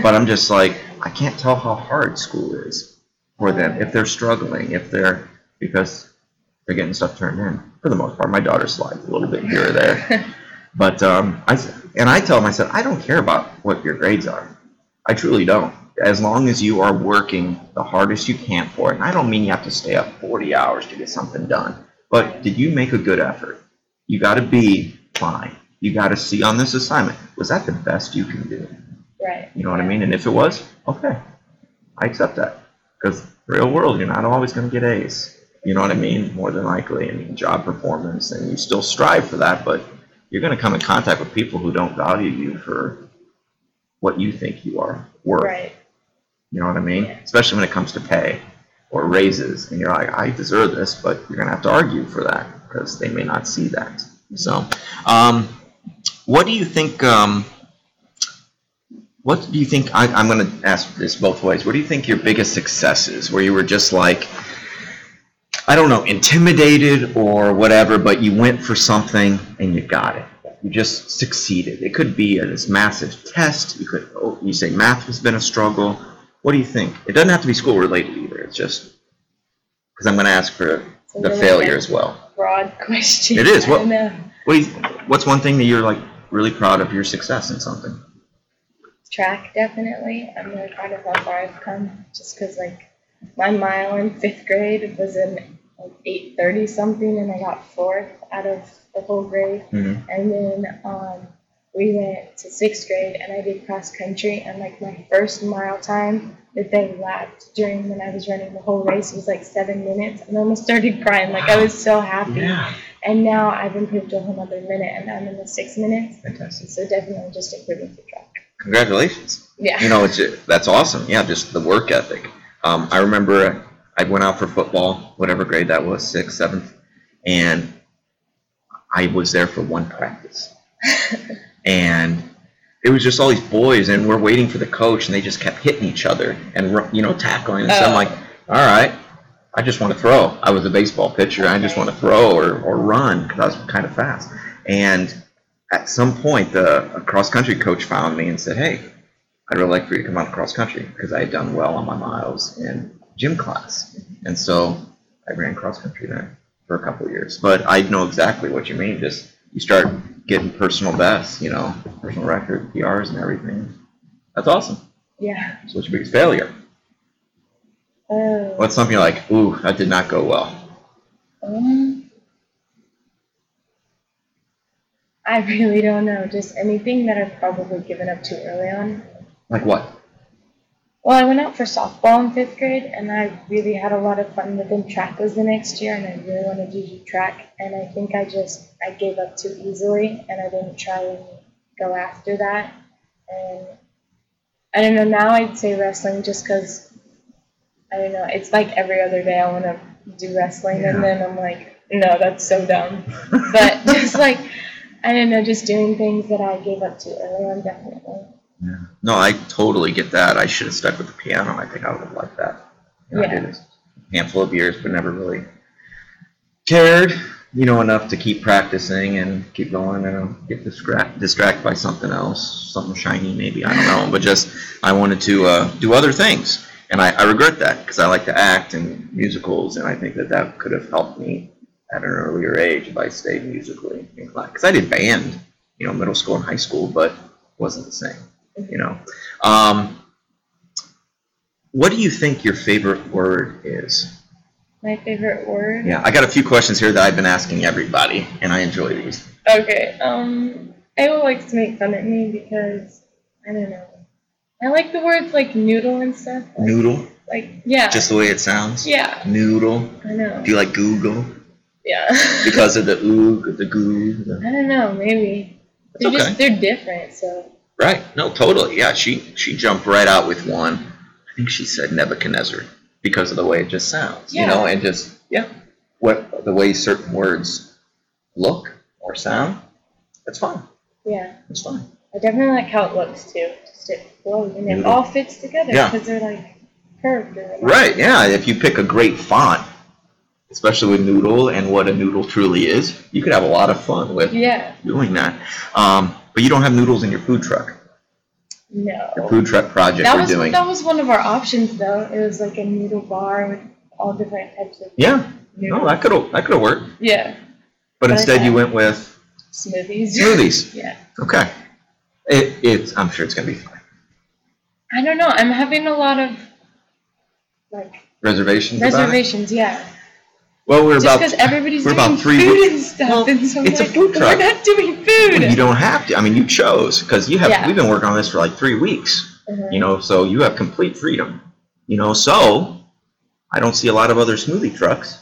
S1: but I'm just like, I can't tell how hard school is for them if they're struggling, if they're because they're getting stuff turned in for the most part. My daughter slides a little bit here or there, but um, I s- and I tell them, I said, I don't care about what your grades are. I truly don't. As long as you are working the hardest you can for it, and I don't mean you have to stay up 40 hours to get something done, but did you make a good effort? You got to be fine. You got to see on this assignment, was that the best you can do?
S2: *laughs* right.
S1: You know what I mean? And if it was, okay, I accept that. Because real world, you're not always going to get A's. You know what I mean? More than likely, and job performance, and you still strive for that, but you're going to come in contact with people who don't value you for what you think you are worth.
S2: Right.
S1: You know what I mean? Especially when it comes to pay or raises, and you're like, I deserve this, but you're gonna have to argue for that because they may not see that. So, um, what do you think? Um, what do you think? I, I'm gonna ask this both ways. What do you think your biggest success is? Where you were just like, I don't know, intimidated or whatever, but you went for something and you got it. You just succeeded. It could be a, this massive test. You could oh, you say math has been a struggle. What do you think? It doesn't have to be school related either. It's just because I'm going to ask for
S2: It's a
S1: the
S2: really
S1: failure
S2: good
S1: as well.
S2: Broad question.
S1: It is.
S2: I
S1: What-
S2: don't know.
S1: What do you, what's one thing that you're like really proud of your success in something?
S2: track definitely. I'm really proud of how far I've come just because like my mile in fifth grade was in like eight thirty something and I got fourth out of the whole grade.
S1: Mhm.
S2: And then um, we went to sixth grade and I did cross country and like my first mile time that they lapped during when I was running the whole race was like seven minutes and I almost started crying. Like I was so happy. And now I've improved to a whole other minute and I'm in the six minutes.
S1: fantastic.
S2: So definitely just improving the track.
S1: Congratulations.
S2: Yeah.
S1: you know, it's that's awesome. Yeah, just the work ethic. Um, I remember I went out for football, whatever grade that was, sixth, seventh, and I was there for one
S2: *laughs*
S1: practice, and it was just all these boys, and we're waiting for the coach, and they just kept hitting each other and ru- you know tackling. And so I'm
S2: Oh.
S1: like, all right. I just want to throw. I was a baseball pitcher. I just
S2: Okay.
S1: want to throw or, or run because I was kind of fast. And at some point, the cross country coach found me and said, "Hey, I'd really like for you to come out cross country because I had done well on my miles in gym class, and so I ran cross country then for a couple of years. But I know exactly what you mean. Just you start getting personal bests, you know, personal record, PRs, and everything. That's awesome.
S2: Yeah.
S1: So what's your biggest failure?
S2: Oh.
S1: What's something you're like, ooh, that did not go well?
S2: Um, I really don't know. Just anything that I've probably given up too early on.
S1: Like what?
S2: Well, I went out for softball in fifth grade, and I really had a lot of fun within track was the next year, and I really wanted to do track. And I think I just I gave up too easily, and I didn't try and go after that. And I don't know. Now I'd say wrestling, just because I don't know. It's like every other day I want to do wrestling, and then I'm like, no, that's so dumb. But just like I don't know, just doing things that I gave up too early on, definitely.
S1: No, I totally get that. I should have stuck with the piano. I think I would have liked that. You know, I
S2: Yeah.
S1: did a handful of years, but never really cared, you know, enough to keep practicing and keep going and get distract distracted by something else, something shiny maybe. I don't know, but just I wanted to uh, do other things, and I, I regret that because I like to act and musicals, and I think that that could have helped me at an earlier age if I stayed musically inclined. Because I did band, you know, middle school and high school, but wasn't the same you know. Um, what do you think your favorite word is?
S2: My favorite word.
S1: Yeah, I got a few questions here that I've been asking everybody, and I enjoy these.
S2: Okay. Um, Ayla likes to make fun at me because I don't know. I like the words like noodle and stuff. Like,
S1: Noodle,
S2: like yeah,
S1: just the way it sounds.
S2: yeah.
S1: Noodle.
S2: I know.
S1: Do you like Google
S2: Yeah. *laughs*
S1: because of the oog, the goo? the-
S2: I don't know. Maybe
S1: It's
S2: they're
S1: okay.
S2: just they're different. So
S1: Right. No, totally. Yeah, she she jumped right out with one. I think she said Nebuchadnezzar because of the way it just sounds. You know,
S2: Yeah.
S1: and just yeah, what the way certain words look or sound. That's fine.
S2: yeah,
S1: That's fine.
S2: I definitely like how it looks too. Just it flows and it
S1: Noodle.
S2: all fits together
S1: Yeah.
S2: because they're like curved or whatever.
S1: Right, yeah. If you pick a great font, especially with Noodle and what a noodle truly is, you could have a lot of fun with
S2: Yeah.
S1: doing that. Um, but you don't have noodles in your food truck.
S2: No.
S1: Your food truck project
S2: That
S1: we're
S2: was
S1: doing.
S2: that was one of our options though. It was like a noodle bar with all different types of
S1: Yeah, no,
S2: noodles.
S1: that could that could have worked.
S2: yeah.
S1: But
S2: But
S1: instead,
S2: I-
S1: you went with
S2: Smoothies.
S1: smoothies.
S2: *laughs* yeah.
S1: Okay, it, it's I'm sure it's gonna be fine.
S2: I don't know. I'm having a lot of like
S1: Reservations. about it?
S2: reservations. Yeah,
S1: Well, we're
S2: just
S1: about.
S2: because everybody's
S1: we're
S2: doing
S1: about three
S2: food
S1: weeks-
S2: and stuff,
S1: Well,
S2: and so I'm
S1: it's a
S2: like,
S1: food truck.
S2: we're not doing food.
S1: You don't have to. I mean, you chose because you have.
S2: Yeah.
S1: We've been working on this for like three weeks.
S2: Uh-huh.
S1: you know so you have complete freedom you know so i don't see a lot of other smoothie trucks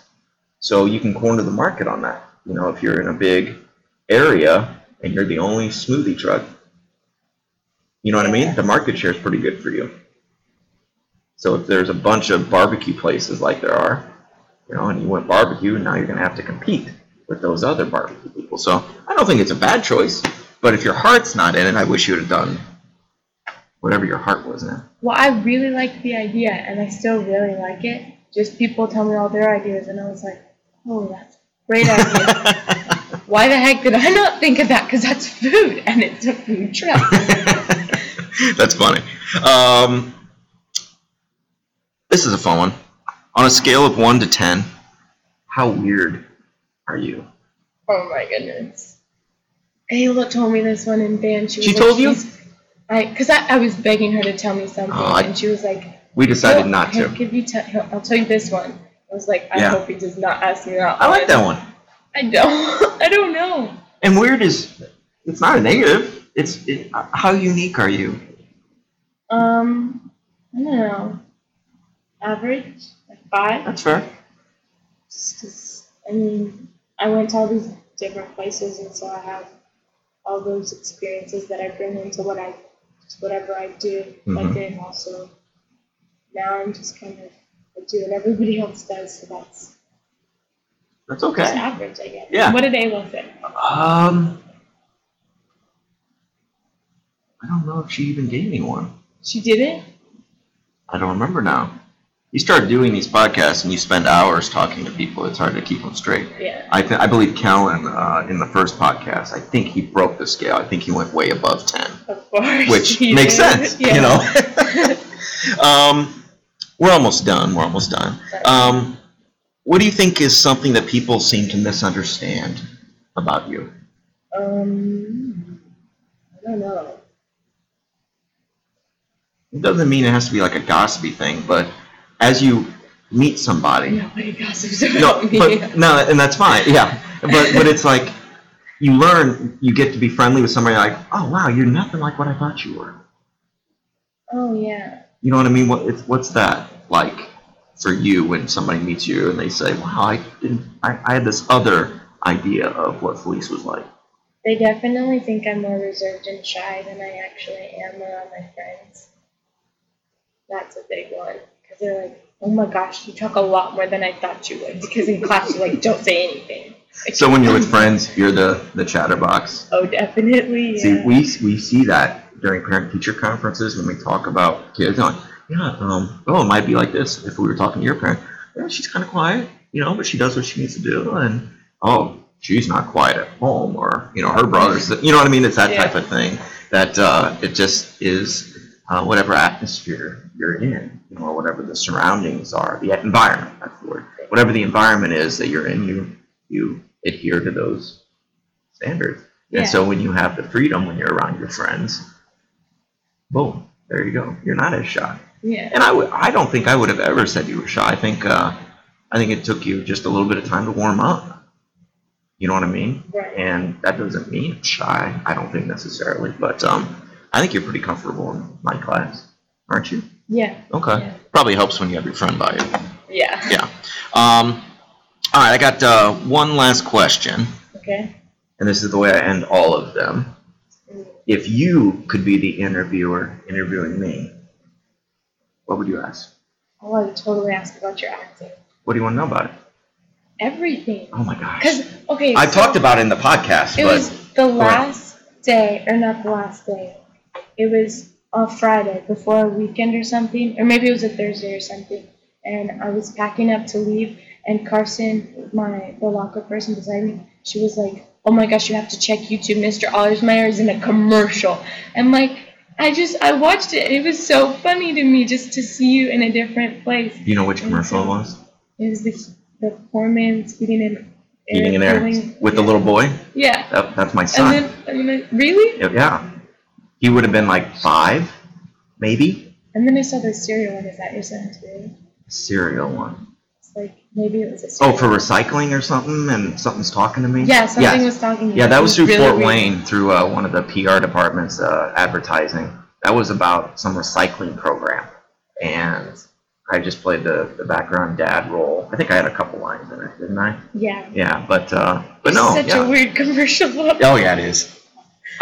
S1: so you can corner the market on that you know if you're in a big area and you're the only smoothie truck you know what i mean the market share is pretty good for you so if there's a bunch of barbecue places like there are you know and you went barbecue now you're going to have to compete with those other barbecue people so i don't think it's a bad choice but if your heart's not in it i wish you would have done whatever your heart was in
S2: Well, I really like the idea, and I still really like it. Just people tell me all their ideas, and I was like, oh, that's a
S1: *laughs*
S2: great idea. Why the heck did I not think of that? Because that's food, and it's a
S1: *laughs*
S2: food truck.
S1: That's funny. Um, this is a fun one. On a scale of one to ten, how weird are you?
S2: Oh my goodness. Ayla told me this one in band. She, was
S1: She
S2: like,
S1: told you?
S2: "She's-" I, because I, I was begging her to tell me something,
S1: Oh, I-
S2: and she was like,
S1: We decided not
S2: "He'll-
S1: to.
S2: he'll Give you te- he'll- I'll tell you this one. I was like, I
S1: Yeah.
S2: hope he does not ask me that.
S1: I like that one.
S2: I don't. *laughs* I don't know.
S1: And weird is, it's not a negative. It's it, uh, how unique are you?
S2: Um, I don't know. Average, like five.
S1: That's fair.
S2: Just 'cause, I mean, I went to all these different places, and so I have all those experiences that I bring into what I, just whatever I do.
S1: Mhm.
S2: Like then also, now I'm just kind of I do what everybody else does, so that's
S1: That's
S2: just
S1: okay.
S2: average, I guess.
S1: Yeah.
S2: What did Ayla say?
S1: Um, I don't know if she even gave me one.
S2: She didn't.
S1: I don't remember now. You start doing these podcasts and you spend hours talking to people. It's hard to keep them straight.
S2: Yeah.
S1: I, th- I believe Callan uh, in the first podcast. I think he broke the scale. I think he went way above ten,
S2: Of course.
S1: which
S2: she
S1: makes
S2: did.
S1: sense.
S2: *laughs* Yeah. *laughs*
S1: You know. um, we're almost done. We're almost done. Um, what do you think is something that people seem to misunderstand about you?
S2: Um, I don't know.
S1: It doesn't mean it has to be like a gossipy thing, but as you meet somebody.
S2: Nobody gossips about
S1: No,
S2: *laughs* me.
S1: but no, and that's fine. Yeah, but but it's like you learn, you get to be friendly with somebody. Like, oh wow, you're nothing like what I thought you were.
S2: oh yeah.
S1: You know what I mean? What it's, what's that like for you when somebody meets you and they say, wow, I didn't, I, I had this other idea of what Felice was like.
S2: They definitely think I'm more reserved and shy than I actually am around my friends. That's a big one. Because they're like, oh my gosh, you talk a lot more than I thought you would. Because in class, you're like, don't say anything. *laughs*
S1: So when you're with friends, you're the the chatterbox.
S2: Oh, definitely. Yeah.
S1: See, we, we see that during parent teacher conferences when we talk about kids. Like, yeah, um, oh, it might be like this if we were talking to your parent. Yeah, she's kind of quiet, you know, but she does what she needs to do. And oh, she's not quiet at home, or you know, her brother's, you know what I mean? It's that type of thing that uh, it just is uh, whatever atmosphere you're in, you know, or whatever the surroundings are, the environment. That's the word. Whatever the environment is that you're in, you you adhere to those standards.
S2: Yeah.
S1: And so when you have the freedom when you're around your friends, boom, there you go. You're not as shy.
S2: yeah.
S1: And I w- I don't think I would have ever said you were shy. I think uh, I think it took you just a little bit of time to warm up. You know what I mean?
S2: Right.
S1: And that doesn't mean it's shy. I don't think necessarily, but um, I think you're pretty comfortable in my class, aren't you?
S2: Yeah.
S1: Okay.
S2: Yeah.
S1: Probably helps when you have your friend by you.
S2: Yeah.
S1: Yeah. Um, all right. I got uh, one last question,
S2: *laughs* Okay.
S1: and this is the way I end all of them if you could be the interviewer interviewing me, what would you ask?
S2: Oh, I would totally ask about your acting.
S1: What do you want to know about it?
S2: Everything.
S1: Oh my gosh.
S2: Because, okay.
S1: I've
S2: so-
S1: talked about it in the podcast,
S2: It
S1: but
S2: was the last day, or not the last day. It was a Friday before a weekend or something, or maybe it was a Thursday or something. And I was packing up to leave, and Carson, my the locker person beside me, she was like, "Oh my gosh, you have to check YouTube. Mr. Allersmeyer is in a commercial." I'm like, I just I watched it, and it was so funny to me just to see you in a different place.
S1: do you know which commercial it was?
S2: It was the the poor man's eating an
S1: Eating an air
S2: filling-
S1: with the little boy.
S2: yeah.
S1: That, that's my
S2: And
S1: son.
S2: then, and then, really?
S1: Yeah, yeah. He would have been like five, maybe.
S2: And then I saw the cereal one. Is that your son too?
S1: Cereal one.
S2: It's like maybe it was a cereal.
S1: Oh, for recycling or something, and something's talking to me.
S2: yeah, something
S1: Yes.
S2: was talking. to me.
S1: Yeah, that
S2: It
S1: was through
S2: really
S1: Fort
S2: weird.
S1: Wayne, through uh, one of the PR departments, uh, advertising. That was about some recycling program, and I just played the, the background dad role. I think I had a couple lines in it, didn't I?
S2: Yeah,
S1: Yeah, but uh, but no,
S2: such
S1: yeah.
S2: a weird *laughs* commercial.
S1: Oh yeah, it is.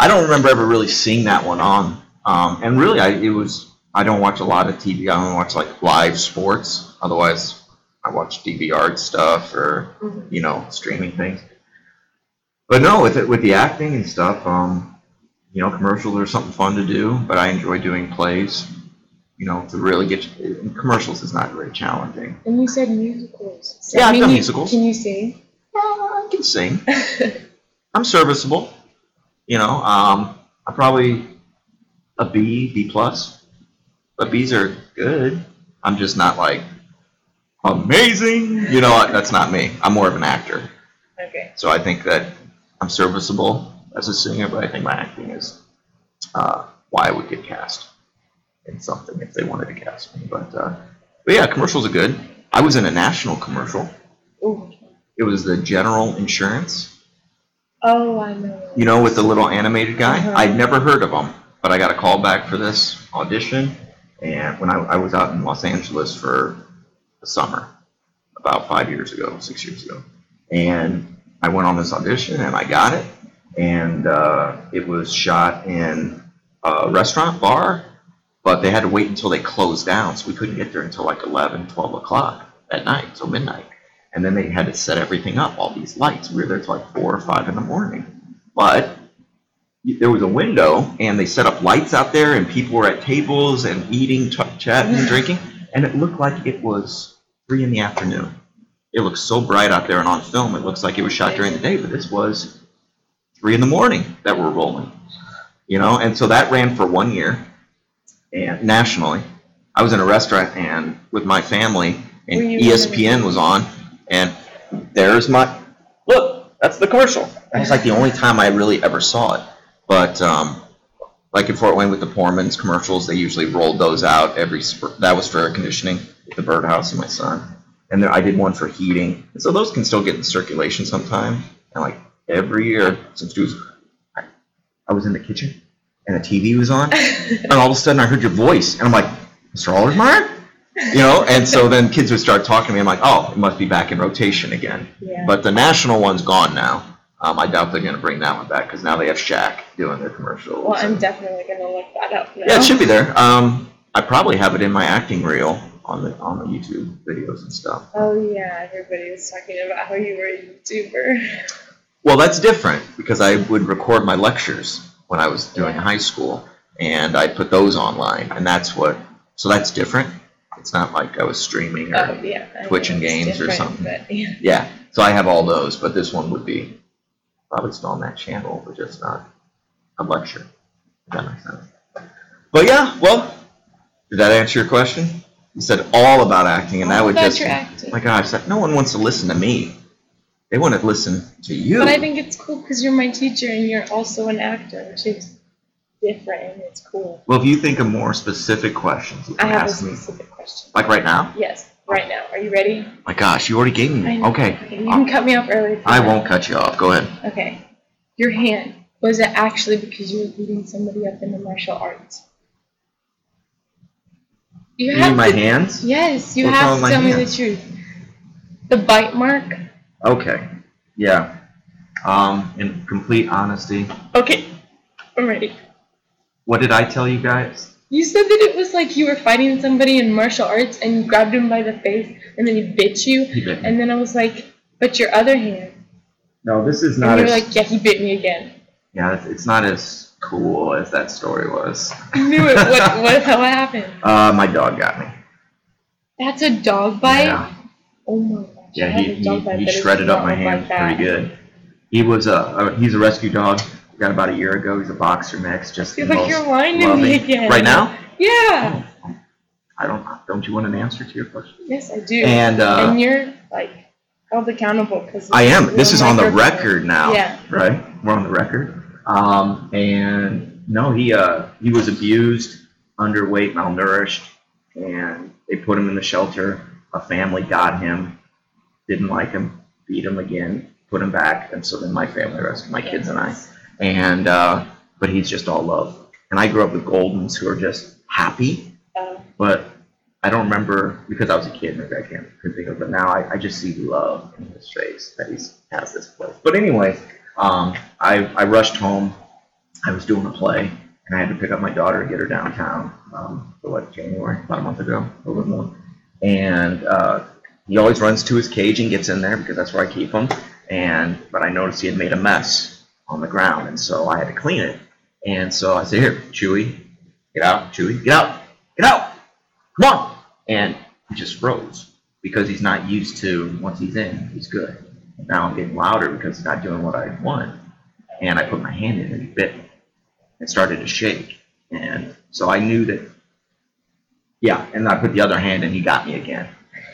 S1: I don't remember ever really seeing that one on. Um, and really, I it was. I don't watch a lot of TV. I don't watch like live sports. Otherwise, I watch DVR stuff or
S2: Mhm.
S1: you know streaming things. But no, with it with the acting and stuff, um, you know, commercials are something fun to do. But I enjoy doing plays. You know, to really get and commercials is not very challenging.
S2: and you said musicals. So,
S1: Yeah, I've done
S2: you-
S1: musicals.
S2: Can you sing? *laughs*
S1: Uh, I can sing. I'm serviceable. You know, um, I'm probably a B, B plus. But Bs are good. I'm just not like amazing. You know, that's not me. I'm more of an actor.
S2: okay.
S1: So I think that I'm serviceable as a singer, but I think my acting is uh, why I would get cast in something if they wanted to cast me. But uh, but yeah, commercials are good. I was in a national commercial.
S2: Ooh.
S1: It was the General Insurance.
S2: Oh, I know.
S1: you know, with the little animated guy.
S2: Uh-huh.
S1: I'd never heard of him, but I got a call back for this audition, and when I, I was out in Los Angeles for the summer, about five years ago, six years ago, and I went on this audition and I got it, and uh, it was shot in a restaurant bar, but they had to wait until they closed down, so we couldn't get there until like 11, 12 o'clock at night, so midnight. And then they had to set everything up, all these lights. We were there till like four or five in the morning. But there was a window, and they set up lights out there, and people were at tables and eating, t- chatting, and drinking. And it looked like it was three in the afternoon. It looked so bright out there, and on film, it looks like it was shot during the day, but this was three in the morning that we're rolling. You know, and so that ran for one year, and nationally, I was in a restaurant and with my family, and E
S2: Were you in a-
S1: ESPN was on, and there's my look. That's the commercial. That was like the only time I really ever saw it. But um, like in Fort Wayne with the Poorman's commercials, they usually rolled those out every. Sp- that was for air conditioning, with the birdhouse and my son. and there I did one for heating. And so those can still get in circulation sometime. And like every year, since dudes, I, I was in the kitchen and the TV was on, and all of a sudden I heard your voice, and I'm like, Mr. Allersmeyer, you know. And so then kids would start talking to me. I'm like, oh, it must be back in rotation again.
S2: *laughs* yeah.
S1: But the national one's gone now. Um, I doubt they're going to bring that one back because now they have Shaq doing their commercials.
S2: Well, I'm
S1: and-
S2: definitely gonna look that up now.
S1: yeah, it should be there. Um, I probably have it in my acting reel on the on the YouTube videos and stuff.
S2: Oh yeah, everybody was talking about how you were a YouTuber.
S1: Well, that's different because I would record my lectures when I was doing
S2: Yeah.
S1: high school, and I put those online, and that's what. So that's different. It's not like I was streaming or
S2: Oh yeah. I
S1: Twitch
S2: know
S1: and
S2: it's
S1: games or
S2: different,
S1: something.
S2: But yeah.
S1: yeah. So I have all those, but this one would be probably still on that channel, but just not a lecture. If that makes sense. But yeah, well, did that answer your question? You said all about acting, and that
S2: All
S1: would
S2: about
S1: just
S2: your acting.
S1: my gosh, that, no one wants to listen to me. They want to listen to you.
S2: But I think it's cool because you're my teacher and you're also an actor, which is different and it's cool.
S1: Well, if you think of more specific questions, you
S2: I
S1: can
S2: have a
S1: ask me.
S2: specific question.
S1: Like right now?
S2: Yes, right now. Are you ready?
S1: My gosh, you already gave
S2: I
S1: me.
S2: know.
S1: Okay,
S2: You can cut me off early. if you
S1: I
S2: want.
S1: won't cut you off. Go ahead.
S2: Okay. Your hand. Was it actually because you were beating somebody up in the martial arts? You
S1: You
S2: have
S1: mean my
S2: to,
S1: hands?
S2: Yes, you
S1: What's wrong
S2: have
S1: with
S2: to
S1: my
S2: tell me
S1: hand?
S2: the truth. The bite mark.
S1: Okay. Yeah. Um, in complete honesty,
S2: Okay, I'm ready.
S1: what did I tell you guys?
S2: You said that it was like you were fighting somebody in martial arts and you grabbed him by the face and then he bit you.
S1: He bit me.
S2: And then I was like, but your other hand.
S1: No, this is
S2: And
S1: not
S2: you were
S1: as
S2: like, yeah, he bit me again.
S1: yeah, it's, it's not as cool as that story was.
S2: I knew
S1: *laughs*
S2: it. What, what, how it happened?
S1: Uh, my dog got me.
S2: That's a dog bite?
S1: Yeah,
S2: Oh my gosh. I
S1: yeah
S2: had
S1: he,
S2: a dog bite,
S1: he, he
S2: but it
S1: shredded
S2: did
S1: up
S2: not
S1: my
S2: look
S1: hand
S2: like that.
S1: pretty good. He was a, a he's a rescue dog. Got about a year ago. He's a boxer mix. Just
S2: You're
S1: the
S2: like, you're
S1: most
S2: lying to me
S1: loving-
S2: again.
S1: Right now?
S2: Yeah.
S1: I don't. Don't you want an answer to your question?
S2: Yes, I do.
S1: And
S2: And,
S1: uh,
S2: you're like held accountable because
S1: I am. This is on the record now.
S2: Yeah.
S1: Right. We're on the record. Um, and no, he uh, he was abused, underweight, malnourished, and they put him in the shelter. A family got him, didn't like him, beat him again, put him back, and so then my family rescued my kids and I. And uh, but he's just all love. And I grew up with Goldens who are just happy
S2: Uh,
S1: but I don't remember because I was a kid. Maybe I can't couldn't think of. it, But now I, I just see love in his face that he's has this place. But anyway, um, I I rushed home. I was doing a play, and I had to pick up my daughter and get her downtown um, for like January, about a month ago, a little bit more. And uh, he always runs to his cage and gets in there because that's where I keep him. And but I noticed he had made a mess on the ground, and so I had to clean it. And so I said, "Here, Chewy, get out, Chewy, get out, get out, come on!" And he just froze because he's not used to once he's in, he's good. Now I'm getting louder because he's not doing what I want. And I put my hand in and he bit me. It started to shake, and so I knew that. Yeah, and I put the other hand and he got me again.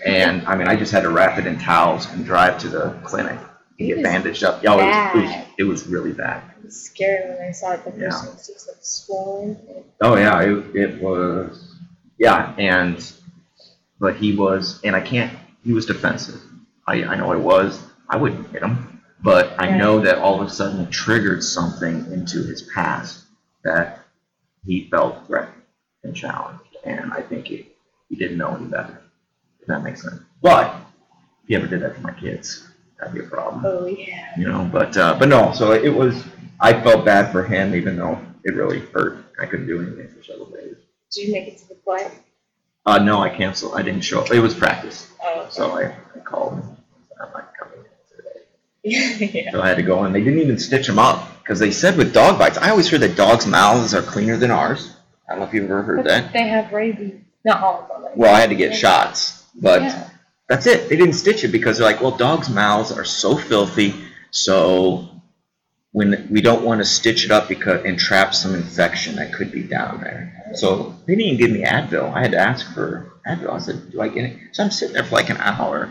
S1: And I mean, I just had to wrap it in towels and drive to the clinic and
S2: It
S1: get
S2: was
S1: bandaged up. Yeah, it was, it
S2: bad.
S1: was, it was really bad.
S2: I was scared when I saw it the first
S1: Yeah.
S2: time. It was like swollen.
S1: Oh yeah, it, it was. Yeah, and but he was, and I can't. He was defensive. I, I know I was. I wouldn't hit him, but I
S2: Right.
S1: know that all of a sudden it triggered something into his past that he felt threatened and challenged, and I think he, he didn't know any better. If that makes sense. But if he ever did that to my kids, that'd be a problem
S2: Oh yeah.
S1: you know. But uh, but no, so it was. I felt bad for him, even though it really hurt. I couldn't do anything for several days.
S2: Did you make it to the play?
S1: Uh, no, I canceled. I didn't show up. It was practice,
S2: Oh.
S1: so I, I called him. I'm not coming today.
S2: *laughs* yeah.
S1: So I had to go in. They didn't even stitch him up because they said with dog bites. I always hear that dogs' mouths are cleaner than ours. I don't know if you've ever heard
S2: But
S1: that.
S2: They have rabies. Not all of them. like-
S1: Well, I had to get shots, but
S2: Yeah.
S1: that's it. They didn't stitch it because they're like, well, dogs' mouths are so filthy, so when we don't want to stitch it up because and trap some infection that could be down there. So they didn't even give me Advil. I had to ask for Advil. I said, do I get it? So I'm sitting there for like an hour.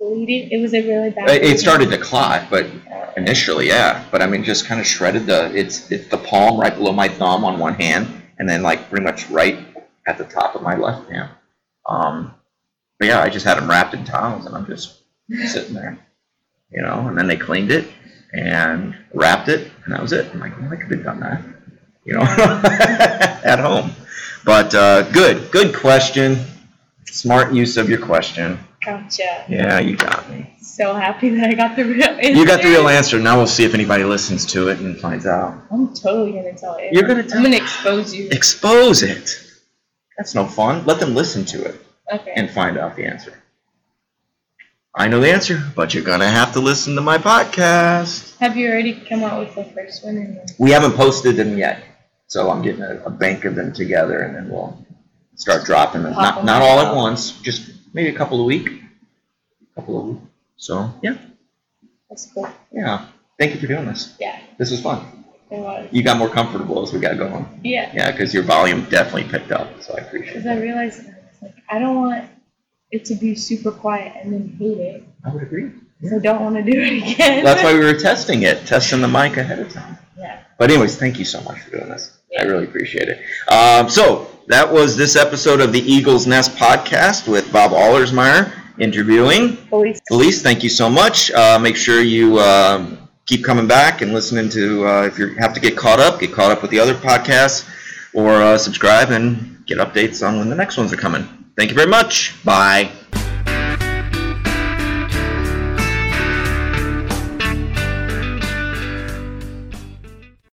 S2: Bleeding. It was a really bad.
S1: It it started to clot, but initially, yeah. But I mean, just kind of shredded the it's it's the palm right below my thumb on one hand, and then like pretty much right at the top of my left hand. Um, But yeah, I just had them wrapped in towels and I'm just sitting there, you know. And then they cleaned it and wrapped it, and that was it. I'm like, well, I could have done that, you know, *laughs* at home. But uh, good, good question. Smart use of your question.
S2: Gotcha.
S1: Yeah, you got me.
S2: So happy that I got the real answer.
S1: You got the real answer. Now we'll see if anybody listens to it and finds out.
S2: I'm totally gonna tell it.
S1: You're gonna tell-
S2: I'm gonna
S1: *laughs*
S2: expose you.
S1: Expose it. That's no fun. Let them listen to it
S2: Okay.
S1: and find out the answer. I know the answer, but you're gonna have to listen to my podcast.
S2: Have you already come out with the first one? And then
S1: We haven't posted them yet, so I'm getting a, a bank of them together, and then we'll start dropping them.
S2: Pop
S1: Not,
S2: 'em
S1: not all at
S2: out.
S1: once, just maybe a couple a week. Couple a week. So yeah,
S2: that's cool.
S1: yeah. Thank you for doing this.
S2: Yeah,
S1: This was fun.
S2: there was.
S1: You got more comfortable as we got going.
S2: Yeah,
S1: Yeah, because your volume definitely picked up, so I appreciate
S2: because
S1: it.
S2: I realized that I was like, I don't want it to be super quiet and then hate it,
S1: I would agree.
S2: so I don't want to do it again.
S1: That's why we were testing it, testing the mic ahead of time.
S2: *laughs* yeah.
S1: But anyways, thank you so much for doing this. I
S2: Yeah.
S1: really appreciate it. Um, so that was this episode of the Eagles Nest podcast with Bob Allersmeyer interviewing
S2: Police.
S1: Elise. Thank you so much. Uh, make sure you um, keep coming back and listening to. Uh, if you have to get caught up, get caught up with the other podcasts, or uh, subscribe and get updates on when the next ones are coming. Thank you very much. Bye.